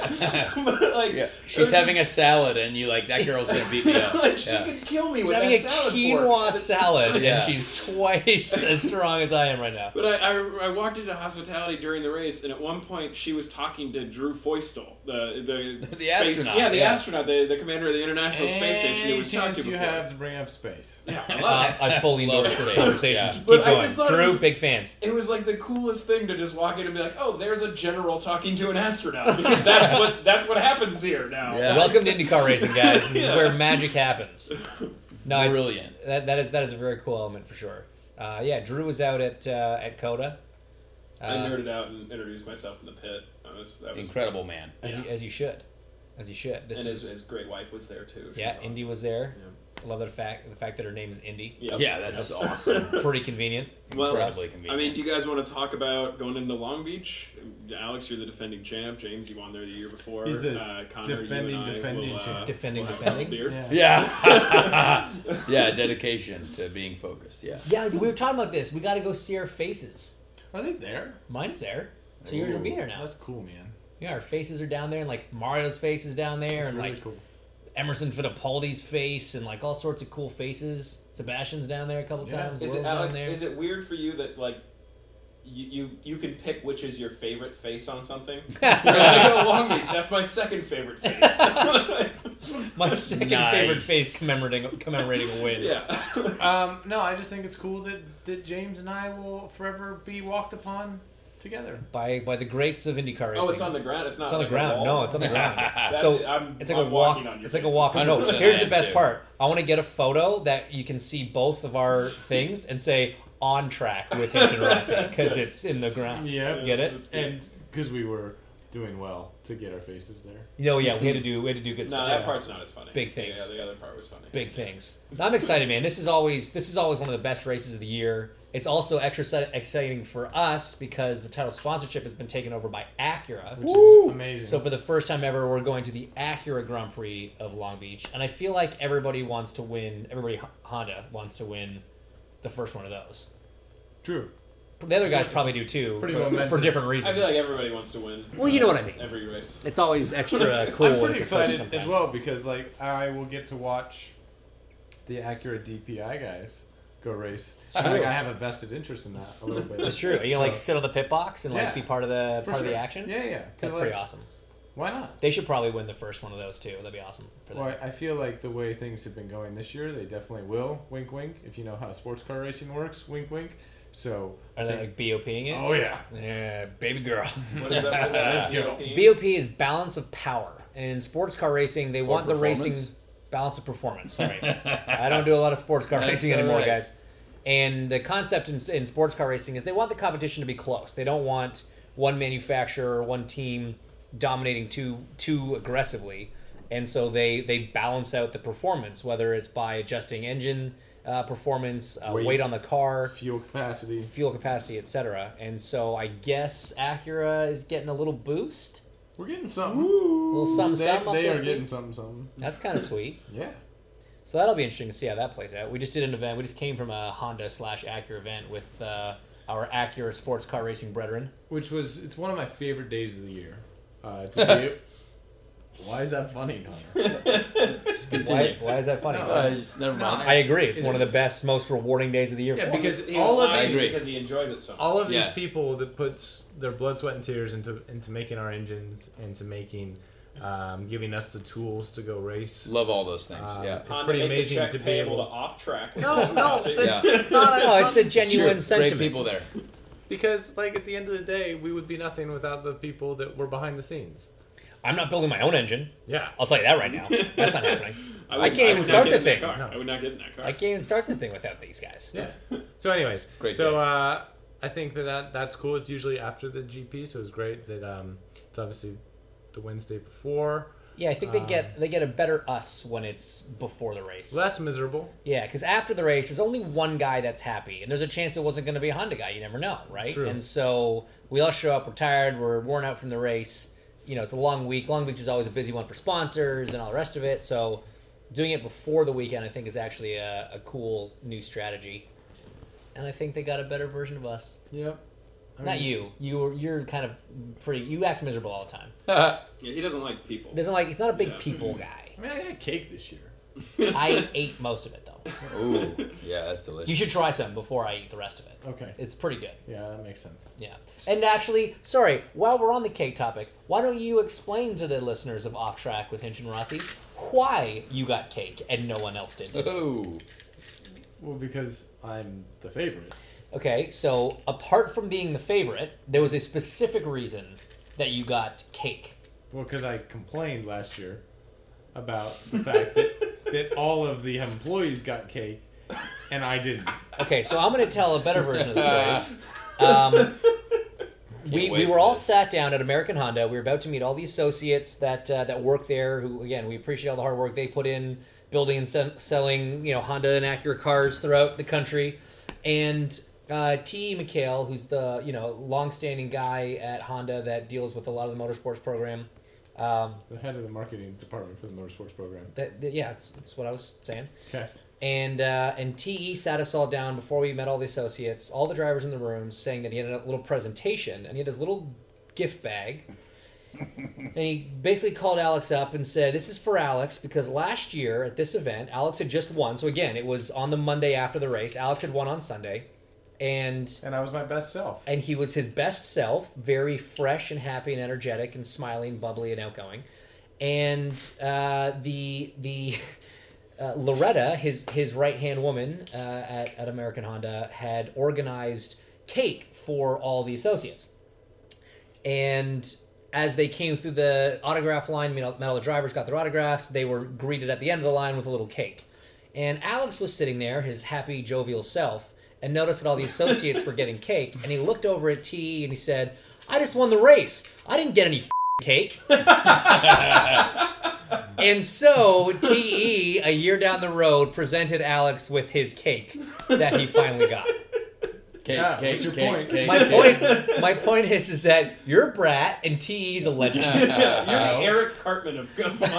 D: but like
A: yeah.
D: it
A: She's
D: was
A: having a salad, and you like that girl's gonna beat me up.
D: like she
A: Yeah.
D: could kill me
B: She's
D: with
B: having a
D: that salad
B: quinoa
D: fork.
B: salad,
A: Yeah.
B: and she's twice as strong as I am right now.
D: But I, I, I walked into hospitality during the race, and at one point she was talking to Drew Feustel, the the,
A: The
D: space-
A: astronaut,
D: yeah, the
A: yeah.
D: astronaut, the, the commander of the International Space Station. Who
C: any
D: was talked
C: chance
D: to
C: you
D: before.
C: have to bring up space?
D: Yeah, I love
B: Uh,
D: it.
B: I fully
A: Love
B: endorse this
A: it.
B: conversation.
A: Yeah.
B: Keep
D: But I
B: going,
D: just thought it
B: Drew.
D: was-
B: Big fans.
D: It was like the coolest thing to just walk in and be like, "Oh, there's a general talking to an astronaut," because that's what that's what happens here now.
A: Yeah.
B: Welcome to IndyCar racing, guys. This
D: Yeah.
B: is where magic happens. No, it's,
A: Brilliant.
B: That, that is that is a very cool element for sure. Uh, yeah, Drew was out at uh, at Coda. Uh,
D: I nerded out and introduced myself in the pit. I was, that was,
A: Incredible man.
B: as, you, as you should, as you should. This
D: and
B: is
D: his, his great wife was there too. She
B: yeah.
D: was awesome.
B: Indy was there. I love the fact the fact that her name is Indy.
D: Yeah,
A: Yeah, that's awesome.
B: Pretty convenient.
D: Well,
A: Incredibly
D: I
A: convenient.
D: mean, do you guys want to talk about going into Long Beach? Alex, you're the defending champ. James, you won there the year before.
C: He's the
D: uh, Connor,
C: defending,
D: you and I
C: defending
D: will, uh,
C: champ.
B: Defending,
D: we'll have
B: defending?
D: beers.
A: yeah, yeah, dedication to being focused. Yeah,
B: Yeah, we were talking about this. We got to go see our faces.
C: Are they there?
B: Mine's there. So yours will be there now.
C: That's cool, man.
B: Yeah, our faces are down there, and like Mario's face is down there,
C: That's
B: and
C: really
B: like
C: cool.
B: Emerson Fittipaldi's face, and like all sorts of cool faces. Sebastian's down there a couple
C: Yeah.
B: times.
D: Is
B: Will's
D: it
B: down
D: Alex?
B: there.
D: Is it weird for you that like you, you you can pick which is your favorite face on something? You're like, "Oh, Long Beach. That's my second favorite face.
B: My second
A: Nice.
B: favorite face commemorating commemorating a win.
D: yeah.
C: Um, no, I just think it's cool that, that James and I will forever be walked upon together.
B: By by the greats of IndyCar racing.
D: Oh, it's on the ground. It's not.
B: It's on the
D: like a
B: ground.
D: wall?
B: No, it's on the ground.
A: That's
B: so
D: it. I'm-
B: it's like
D: I'm
B: a walk.
D: walking on your
B: It's like a
D: faces.
B: walk. No,
A: 100%
B: here's
A: I
B: the
A: am
B: best
A: too.
B: part. I want to get a photo that you can see both of our things and say on track with Hitch and Racing because it's in the ground.
C: Yep.
B: get it?
C: And because we were doing well to get our faces there.
B: No, yeah, we had to do we had to do good
D: No,
B: stuff.
D: that
B: Yeah.
D: part's not as funny.
B: Big
D: Yeah,
B: things.
D: the other part was funny.
B: big things. I'm excited, man. This is always this is always one of the best races of the year. It's also extra se- exciting for us because the title sponsorship has been taken over by Acura.
C: which is amazing.
B: So for the first time ever, we're going to the Acura Grand Prix of Long Beach, and I feel like everybody wants to win. Everybody H- Honda wants to win the first one of those.
C: True.
B: The other guys
C: it's
B: probably do too,
C: pretty
B: for,
C: momentous.
B: for different
D: I
B: reasons.
D: feel like everybody wants to win.
B: Well, you know what I mean.
D: Every race.
B: it's always extra cool.
C: I'm
B: when
C: pretty
B: it's a first
C: excited
B: sometime.
C: as well because like I will get to watch the Acura DPI guys go race.
B: It's
C: I
B: true.
C: think I have a vested interest in that a little bit.
B: It's true. Are you
C: So,
B: gonna like sit on the pit box and
C: Yeah.
B: like be part of the
C: for
B: part of the
C: sure.
B: action?
C: Yeah, yeah. 'Cause,
B: that's
C: like,
B: pretty awesome.
C: Why not?
B: They should probably win the first one of those too. That'd be awesome for them.
C: Well, I feel like the way things have been going this year, they definitely will. Wink, wink. If you know how sports car racing works, wink, wink. So,
B: Are they like BOPing it?
C: oh yeah,
B: Yeah, baby girl.
D: What is that? What is that?
C: Let's go.
D: European?
B: BOP is balance of power, and in sports car racing, they want the racing
A: performance?
B: balance of performance. Sorry, I don't do a lot of sports car
A: That's
B: racing
A: all
B: anymore,
A: right.
B: guys. And the concept in, in sports car racing is they want the competition to be close. They don't want one manufacturer or one team dominating too too aggressively, and so they they balance out the performance, whether it's by adjusting engine uh, performance, uh,
C: Weight.
B: weight on the car,
C: fuel capacity.
B: fuel capacity, etc. And so I guess Acura is getting a little boost.
C: We're getting something.
B: Little some
C: they
B: some up
C: they
B: their
C: are getting
B: sleeves.
C: something, something.
B: That's kind of sweet.
C: Yeah.
B: So that'll be interesting to see how that plays out. We just did an event. We just came from a Honda slash Acura event with uh, our Acura sports car racing brethren.
C: Which was it's one of my favorite days of the year. Uh, to be,
E: Why is that funny, Connor?
A: Just continue.
B: Why, why is that funny?
A: Uh, it's- never mind.
B: I agree. It's,
C: it's-
B: one of the best, most rewarding days of the year.
C: Yeah,
B: for
C: because
D: He was
C: all of
D: lying
C: these
A: agree.
D: because he enjoys it so much.
C: all of these
A: Yeah.
C: people that puts their blood, sweat, and tears into into making our engines, into making, um, giving us the tools to go race.
A: Love all those things.
B: Uh,
C: Um,
A: yeah.
C: it's
D: Honda
C: pretty
D: made the
C: amazing
D: check
C: to be
D: payable
C: able-
D: to off track.
C: No, no,
A: Yeah.
C: it's, it's not.
B: us. no, it's a
A: Sure,
B: genuine sentiment.
A: Great people there.
C: because like at the end of the day, we would be nothing without the people that were behind the scenes.
B: I'm not building my own engine.
C: Yeah,
B: I'll tell you that right now. That's not happening.
D: I,
B: I
D: would-
B: can't
D: would
B: even
D: not
B: start
D: get
B: the
D: in
B: thing.
D: that car.
C: No.
D: I would not get in that car.
B: I can't even start the thing without these guys.
C: yeah. So, anyways,
A: Great
C: So
A: day.
C: uh, I think that, that that's cool. It's usually after the GP, so it's great that um, it's obviously the Wednesday before.
B: Yeah, I think they
C: Um.
B: get they get a better us when it's before the race.
C: Less miserable.
B: Yeah, because after the race, there's only one guy that's happy, and there's a chance it wasn't going to be a Honda guy. You never know, right?
C: True.
B: And so we all show up, we're tired, we're worn out from the race. You know, it's a long week. Long Beach is always a busy one for sponsors and all the rest of it. So doing it before the weekend, I think, is actually a, a cool new strategy. And I think they got a better version of us.
C: Yep. I
B: Not
C: mean,
B: you. You were, you're kind of pretty. You act miserable all the time.
D: Yeah, he doesn't like people.
B: It doesn't like. He's not a big
D: Yeah.
B: people guy.
E: I mean, I got cake this year.
B: I ate most of it though.
A: Ooh, yeah, that's
B: You
A: delicious.
B: should try some before I eat the rest of it.
C: Okay.
B: It's pretty good.
C: Yeah, that makes sense.
B: Yeah. And actually, sorry, while we're on the cake topic, why don't you explain to the listeners of Off Track with Hinch and Rossi why you got cake and no one else did?
A: Oh,
C: Well, because I'm the favorite.
B: Okay, so apart from being the favorite, there was a specific reason that you got cake.
C: Well, because I complained last year about the fact that, that all of the employees got cake and I didn't.
B: Okay, so I'm going to tell a better version of the story. Um, we,
A: wait
B: we were
A: for
B: all
A: this.
B: sat down at American Honda. We were about to meet all the associates that uh, that work there. Who again, we appreciate all the hard work they put in building and se- selling you know Honda and Acura cars throughout the country. And uh, T. McHale, who's the you know longstanding guy at Honda that deals with a lot of the motorsports program. Um,
C: The head of the marketing department for the motorsports program.
B: that, that- yeah, that's, that's what I was saying.
C: Okay.
B: And uh, and TE sat us all down before we met all the associates, all the drivers in the room, saying that he had a little presentation and he had his little gift bag. and he basically called Alex up and said, "This is for Alex because last year at this event, Alex had just won. So again, it was on the Monday after the race. Alex had won on Sunday, and
C: And I was my best self.
B: and he was his best self, very fresh and happy and energetic and smiling, bubbly and outgoing. And uh, the the uh, Loretta, his his right hand woman uh, at at American Honda, had organized cake for all the associates. And as they came through the autograph line, you know, met all the drivers, got their autographs. They were greeted at the end of the line with a little cake. And Alex was sitting there, his happy, jovial self, and noticed that all the associates were getting cake. And he looked over at T and he said, I just won the race. I didn't get any f- cake. and so E, TE, a year down the road, presented Alex with his cake that he finally got.
F: Cake,
G: Yeah,
F: cake,
G: what's your
F: cake,
G: point?
F: cake,
B: My
F: cake.
B: point, my point is, is that you're a brat and TE's a legend.
D: You're the Eric Cartman of Gun
B: But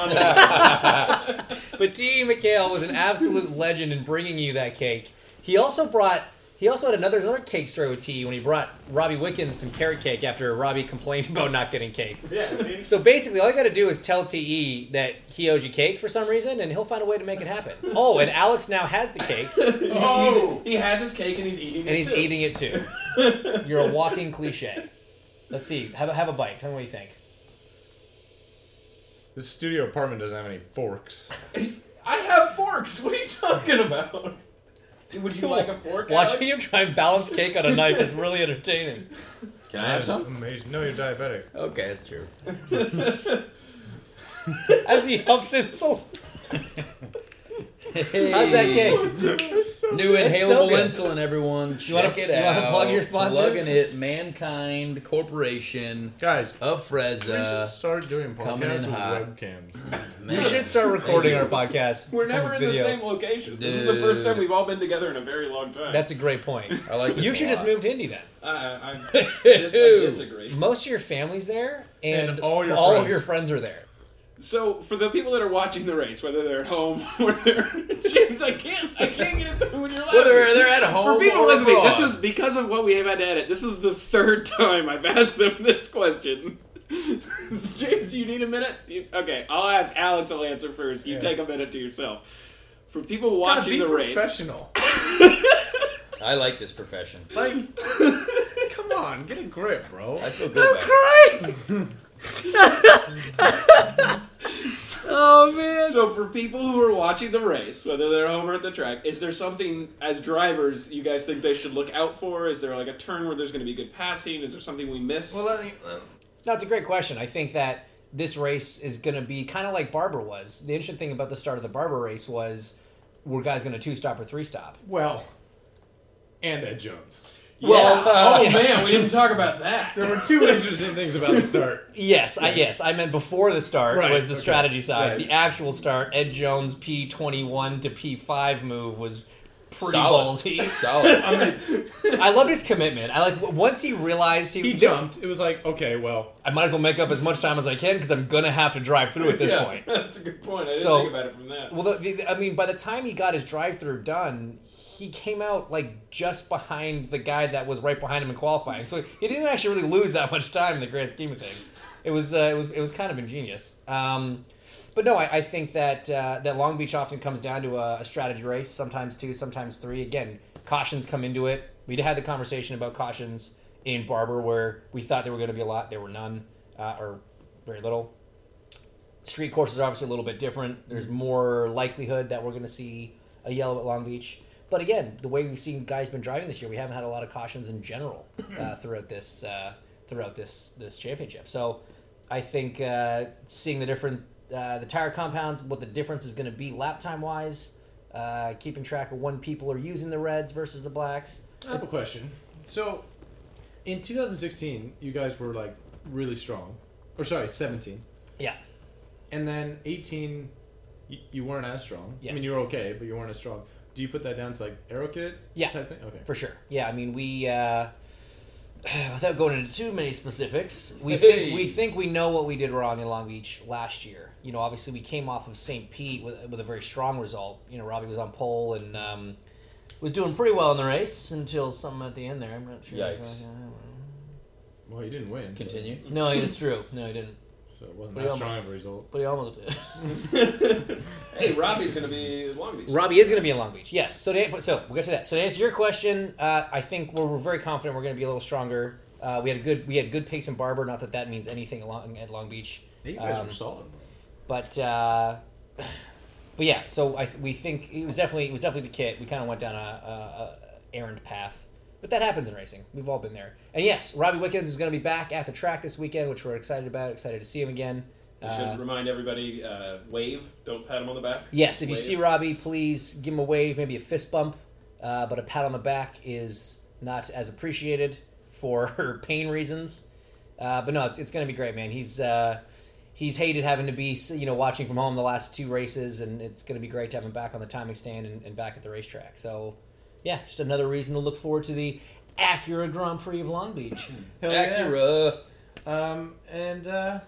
B: T.E. McHale was an absolute legend in bringing you that cake. He also brought. He also had another, another cake story with T.E. when he brought Robbie Wickens some carrot cake after Robbie complained about not getting cake.
G: Yeah, see?
B: So basically, all you got to do is tell Te that he owes you cake for some reason, and he'll find a way to make it happen. Oh, and Alex now has the cake,
D: oh! He has his cake and he's eating it.
B: and he's
D: too.
B: eating it too. You're a walking cliche. Let's see. Have a have a bite. Tell me what you think.
G: This studio apartment doesn't have any forks.
D: I have forks. What are you talking about? Would you like a fork?
B: Watching
D: Alex?
B: you try and balance cake on a knife is really entertaining.
F: Can I have some?
G: Amazing. No, you're diabetic.
A: Oh.
B: Okay, that's true. As he humps it so. How's that cake?
A: New
B: It's so
A: inhalable
B: good.
A: insulin, everyone. Check
B: You wanna-
A: it
B: you
A: out.
B: wanna plug your sponsors?
A: Plugging it, Mankind Corporation
G: Guys,
A: of
G: we should
A: Frezza.
G: start doing
A: uh, coming in
G: podcasts with
A: hot.
G: webcams.
A: Man,
B: We should start recording our podcast.
D: We're
B: from
D: never in the
B: video.
D: same location. This is the first time we've all been together in a very long time.
B: That's a great point.
A: I like this
B: You
A: a
B: should just
A: lot.
B: move to Indy then.
D: uh, I, I, dis- I disagree.
B: Most of your family's there, and,
G: And all your
B: of
G: friends.
B: your friends are there.
D: So for the people that are watching the race, whether they're at home or they're James, I can't, I can't get it when you're laughing.
A: Whether they're at home
D: for people
A: or
D: listening,
A: abroad.
D: this is because of what we have had to edit. This is the third time I've asked them this question. James, do you need a minute? Do you- okay, I'll ask Alex. I'll answer first. You
G: Yes.
D: take a minute to yourself. For people
G: God,
D: watching
G: be
D: the race,
G: professional.
A: I like this profession.
G: Like, come on, get a grip, bro.
A: I feel good about it.
D: So for people who are watching the race, whether they're home or at the track, is there something as drivers you guys think they should look out for? Is there like a turn where there's going to be good passing? Is there something we miss?
G: Well, let me.
B: No, it's a great question. I think that this race is going to be kind of like Barber was. The interesting thing about the start of the Barber race was were guys going to two stop or three stop?
G: Well, and Ed Jones.
D: well, oh
B: yeah.
D: man, we didn't talk about that.
G: There were two interesting things about the start.
B: Yes, I, yes. I meant before the start
G: Right,
B: was the
G: okay.
B: strategy side.
G: Right.
B: The actual start, Ed Jones P21 to P5 move was pretty
A: Solid.
B: ballsy.
A: Solid.
B: I loved his commitment. I like w- once he realized he,
G: He jumped. It was like, okay, well,
B: I might as well make up as much time as I can because I'm gonna have to drive through at this
D: yeah,
B: point.
D: that's a good point. I didn't
B: So-
D: think about it from that.
B: Well, the, the, I mean, by the time he got his drive-through done, he came out like just behind the guy that was right behind him in qualifying. So he didn't actually really lose that much time in the grand scheme of things. It was uh, it was it was kind of ingenious. Um, but no, I, I think that uh, that Long Beach often comes down to a, a strategy race, sometimes two, sometimes three. Again, cautions come into it. We had the conversation about cautions in Barber where we thought there were going to be a lot, there were none uh, or very little street course is obviously a little bit different. There's more likelihood that we're going to see a yellow at Long Beach. But again, the way we've seen guys been driving this year, we haven't had a lot of cautions in general uh, throughout this uh, throughout this this championship. So I think uh, seeing the different uh, the tire compounds, what the difference is going to be lap time wise, uh, keeping track of when people are using the reds versus the blacks.
G: I have a question. So, in 2016, you guys were like really strong, or sorry, 17,
B: Yeah,
G: and then 18, you, you weren't as strong. I
B: Yes.
G: mean, you were okay, but you weren't as strong. Do you put that down to like arrow kit?
B: Yeah.
G: Type thing? Okay.
B: for sure. Yeah, I mean we. Uh, Without going into too many specifics, we
A: Hey.
B: think we think we know what we did wrong in Long Beach last year. You know, obviously we came off of St. Pete with, with a very strong result. You know, Robbie was on pole and um, was doing pretty well in the race until something at the end there. I'm not sure.
A: Yikes.
G: well, you didn't win. so-
A: Continue.
B: No, it's true. No, he didn't.
G: So, it wasn't
B: But
G: that
B: yeah,
G: strong of a result.
B: But he almost did.
D: hey, Robbie's going to be Long Beach.
B: Robbie is going to be in Long Beach. Yes. So to, so we'll get to that. So to answer your question, uh, I think we're, we're very confident we're going to be a little stronger. Uh, we had a good we had good pace in Barber. Not that that means anything along at Long Beach.
G: You guys
B: Um,
G: were solid.
B: but uh, but yeah, so I th- we think it was definitely it was definitely the kit. We kind of went down a, a, a errand path, but that happens in racing. We've all been there. And yes, Robbie Wickens is going to be back at the track this weekend, which we're excited about. Excited to see him again.
D: I
B: Uh,
D: should remind everybody: uh, wave, don't pat him on the back.
B: yes, if you
D: Wave.
B: see Robbie, please give him a wave, maybe a fist bump, uh, but a pat on the back is not as appreciated for pain reasons. Uh, but no, it's, it's going to be great, man. He's uh, he's hated having to be you know watching from home the last two races, and it's going to be great to have him back on the timing stand and, and back at the racetrack. So yeah, just another reason to look forward to the Acura Grand Prix of Long Beach.
C: Hell yeah.
A: Acura.
C: Um, and uh,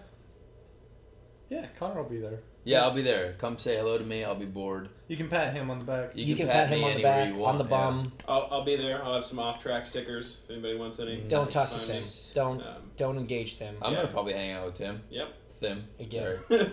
C: yeah, Connor will be there.
A: Yeah, I'll be there. Come say hello to me. I'll be bored.
C: You can pat him on the back.
A: You, can, pat, me
B: him on the
A: anywhere
B: back,
A: you want.
B: on the bum.
D: I'll, I'll be there. I'll have some off-track stickers if anybody wants any.
B: Don't
A: Nice.
B: talk to
D: Sign
B: them.
D: me.
B: Don't
D: Um,
B: don't engage them.
A: Yeah. I'm gonna
D: Yeah.
A: probably hang out with Tim.
D: Yep.
A: Tim.
B: Again.
A: Sorry.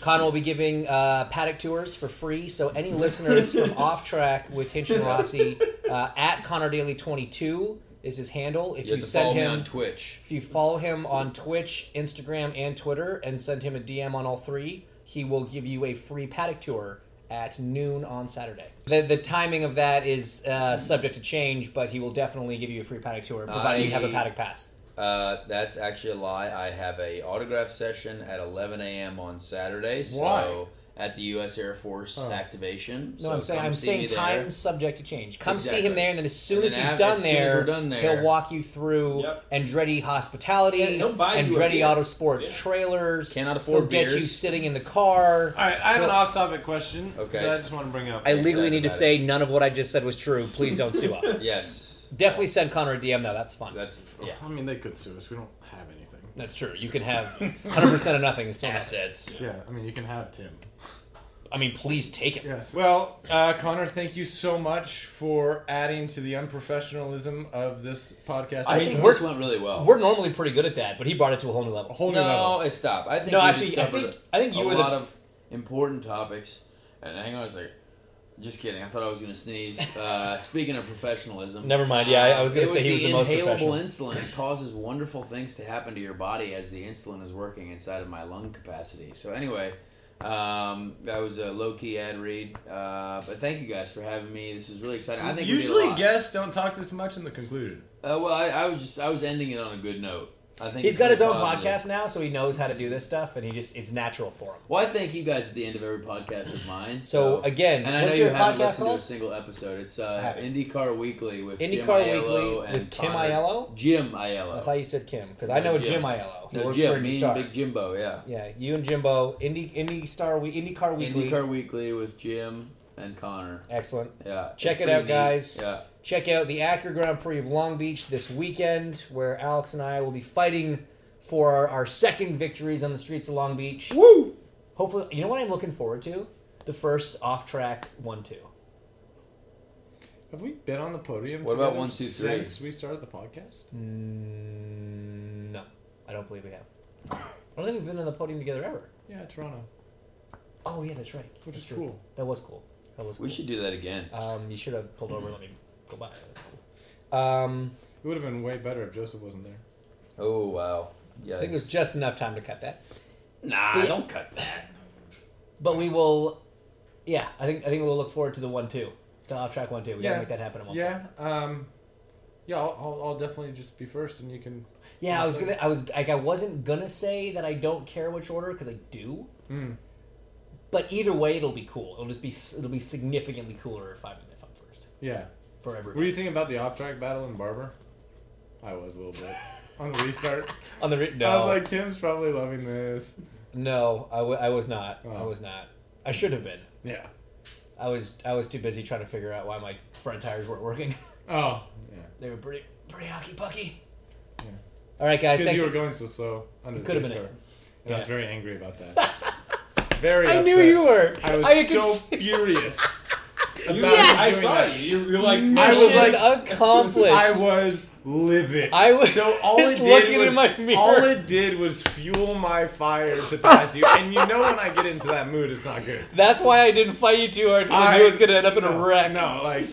B: Connor will be giving uh, paddock tours for free, so any listeners from Off Track with Hinch and Rossi uh, at Connor Daily Twenty Two is his handle. If
A: You
B: you,
A: have to follow
B: send
A: me on
B: him,
A: Twitch.
B: if you follow him on Twitch, Instagram, and Twitter, and send him a DM on all three, he will give you a free paddock tour at noon on Saturday. The, the timing of that is uh, subject to change, but he will definitely give you a free paddock tour, provided you have a
A: I-
B: paddock pass.
A: Uh, that's actually a lie. I have a autograph session at 11 a.m. on Saturday. So
C: Why?
A: At the U.S. Air Force
G: Oh.
A: activation.
B: No,
A: so
B: I'm saying
A: come
B: I'm
A: see
B: saying
A: me there.
B: time subject to change. Come see him
A: Exactly.
B: there, and then as soon
A: And
B: as
A: then
B: he's
A: af-
B: done,
A: as soon as
B: there,
A: we're done there-
B: he'll walk you through
D: Yep.
B: Andretti hospitality,
D: Yeah, he'll buy you a
B: Andretti
D: beer.
B: Auto Sports
D: Yeah.
B: trailers.
A: Cannot afford
B: he'll get you
A: beers.
B: sitting in the car.
C: All right, I have an
B: Well-
C: off-topic question
A: Okay.
C: that I just want to bring up.
B: I legally
A: excited
B: need to
A: about it.
B: say none of what I just said was true. Please don't sue us.
A: Yes.
B: Definitely send Connor a DM though. That's fun.
A: That's
B: Yeah.
C: I mean, they could sue us. We don't have anything.
B: That's true. You can have 100 percent of nothing. It's assets.
C: Yeah, I mean, you can have Tim.
B: I mean, please take it.
C: Yes. Well, uh, Connor, thank you so much for adding to the unprofessionalism of this podcast.
A: I,
B: mean,
A: think
B: we're-
A: this went really well.
B: We're normally pretty good at that, but he brought it to a whole new level.
C: a whole new
A: no,
C: level.
A: it stopped. I think
B: No,
A: we
B: actually,
A: just
B: I
A: covered
B: think- I think you
A: a
B: were the-
A: lot of important topics. And hang on a second. Just kidding. I thought I was going to sneeze. Uh, speaking of professionalism,
B: Never mind. Yeah, I- I was gonna
A: it
B: say he was the most professional.
A: inhalable insulin. It causes wonderful things to happen to your body as the insulin is working inside of my lung capacity. So anyway, um, that was a low key ad read. Uh, but thank you guys for having me. This is really exciting. I think we did a
C: Usually
A: lot.
C: guests don't talk this much in the conclusion.
A: Uh, well, I, I was just I was ending it on a good note. I think
B: He's
A: it's
B: got
A: been
B: his own
A: positive.
B: podcast now, so he knows how to do this stuff, and he just it's natural for him.
A: Well, I thank you guys at the end of every podcast of mine.
B: So, again,
A: and I
B: what's
A: know
B: your
A: you haven't
B: podcast
A: listened to
B: called?
A: a single episode. It's
B: I
A: uh,
B: haven't.
A: IndyCar Weekly with Jim
B: IndyCar
A: Aiello
B: Weekly
A: and
B: with Kim
A: Connor-
B: Aiello?
A: Jim
B: I
A: Aiello.
B: thought you said Kim because I
A: No,
B: know Jim
A: Jim.
B: Aiello. He
A: no,
B: works for
A: Jim,
B: Indy
A: me
B: Star.
A: and Big Jimbo, yeah.
B: Yeah, you and Jimbo, Indy Indy Star We IndyCar Weekly.
A: IndyCar Weekly with Jim and Connor.
B: Excellent.
A: Yeah,
B: Check
A: it's
B: it
A: pretty
B: out,
A: neat.
B: guys.
A: Yeah,
B: Check out the Acura Grand Prix of Long Beach this weekend, where Alex and I will be fighting for our, our second victories on the streets of Long Beach. Woo! Hopefully, you know what I'm looking forward to? The first off-track one-two.
C: Have we been on the podium?
A: What about
C: together
A: one, two, three?
C: Since we started the podcast,
B: Mm, no, I don't believe we have. I don't think we've been on the podium together ever.
C: yeah, Toronto,
B: Oh yeah, that's right.
C: which
B: That's
C: is
B: true.
C: cool.
B: That was cool. That was.
A: we
B: cool.
A: should do that again.
B: Um, you should have pulled over. and Let me go by. That's cool. Um,
C: It would have been way better if Joseph wasn't there.
A: Oh wow.
B: I think there's
A: Yikes.
B: just enough time to cut that.
A: Nah,
B: but-
A: don't cut that.
B: But we will. Yeah, I think I think we'll look forward to the one two, the off track one two. We
C: Yeah.
B: gotta make that happen. At one
C: Yeah, um, yeah, I'll, I'll, I'll definitely just be first, and you can.
B: Yeah, I was gonna. I was like, I wasn't gonna say that I don't care which order because I do.
C: Mm.
B: But either way, it'll be cool. It'll just be s- it'll be significantly cooler if I'm if I'm first
C: Yeah.
B: for
C: What do
B: everybody.
C: you think about the off-track battle in Barber? I was a little bit on the restart.
B: On the re- no,
C: I was like, Tim's probably loving this.
B: no, I, w- I was not. I
C: Oh.
B: was not. I should have been.
C: Yeah.
B: I was I was too busy trying to figure out why my front tires weren't working.
C: Oh. Yeah.
B: they were pretty pretty hockey pucky.
C: Yeah.
B: All right, guys.
C: Because
B: Thanks.
C: you were going so slow under the
B: Could've been
C: restart,
B: it.
C: and I was
B: Yeah.
C: very angry about that. very.
B: I knew
C: upset.
B: you were.
C: I was
B: could
C: so
B: see-
C: furious.
D: You,
C: about
D: I
C: doing
D: saw
C: that.
D: you. you. You're like. "Oh,
C: I was
B: Mission
C: like-
B: accomplished.
C: I was livid.
B: I was
C: so all it
B: just
C: did
B: looking
C: was
B: in my mirror.
C: all it did was fuel my fire to pass you, and you know when I get into that mood, it's not good.
B: That's why I didn't fight you too hard. 'cause I,
C: I-
B: knew I was gonna end up in a
C: No,
B: wreck.
C: No, like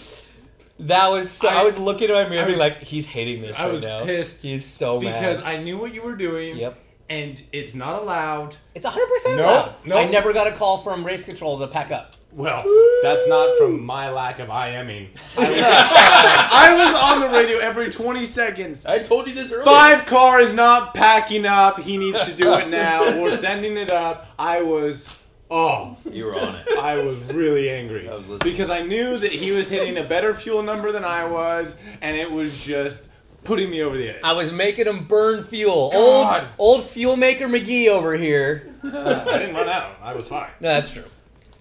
B: That was so. I,
C: I-
B: was looking at my mirror,
C: I
B: being
C: was-
B: like, "He's hating this
C: I
B: right
C: was
B: now.
C: pissed
B: He's so
C: because
B: mad."
C: I knew what you were doing.
B: Yep.
C: And it's not allowed.
B: It's hundred percent.
C: No, no.
B: I never got a call from race control to pack up.
G: Well, that's not from my lack of IMing.
C: I was on the radio every 20 seconds.
A: I told you this earlier.
C: Five car is not packing up. He needs to do it now. We're sending it up. I was, oh,
A: You were on it.
C: I was really angry
A: I was listening.
C: because I knew that he was hitting a better fuel number than I was, and it was just putting me over the edge.
B: I was making him burn fuel.
C: God.
B: Old old fuel maker McGee over here.
C: I didn't run out. I was fine.
B: No, that's true.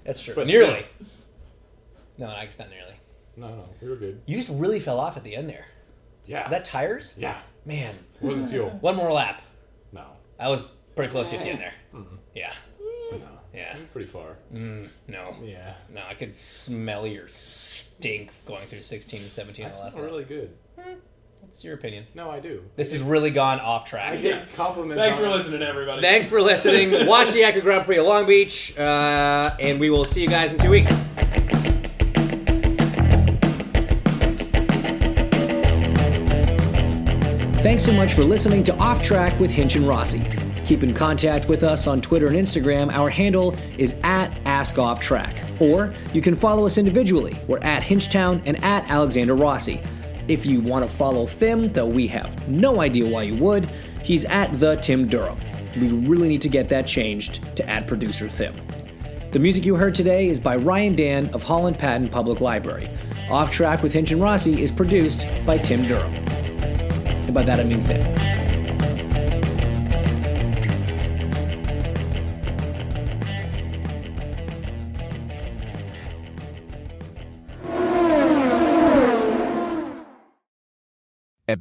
B: That's true.
C: But
B: nearly. No, no, it's not nearly.
G: No, no, we were good.
B: You just really fell off at the end there.
C: Yeah.
B: Is that tires?
C: yeah.
B: Man,
C: It wasn't fuel.
B: one more lap.
C: No.
B: I was pretty close to the end there.
C: Mm-hmm.
B: Yeah,
C: No.
B: yeah.
C: Pretty far.
B: No,
G: Yeah.
B: no. I could smell your stink going through 16 and 17 in
C: That's
B: the last
C: not
B: lap.
C: really good.
B: That's your opinion.
C: No, I do.
B: This has really gone off
C: I
B: track.
C: get compliments.
D: Thanks
C: on
D: for
C: it.
D: listening, everybody.
B: Thanks for listening. Watch the Acura Grand Prix of Long Beach, uh, and we will see you guys in two weeks. Thanks so much for listening to Off Track with Hinch and Rossi. Keep in contact with us on Twitter and Instagram. Our handle is at Ask Off Track, or you can follow us individually. We're at Hinchtown and at Alexander Rossi. If you want to follow Thim, though we have no idea why you would, he's at the Tim Durham. We really need to get that changed to add producer Thim. The music you heard today is by Ryan Dan of Holland Patton Public Library. Off Track with Hinch and Rossi is produced by Tim Durham. And by that I mean Finn.
H: At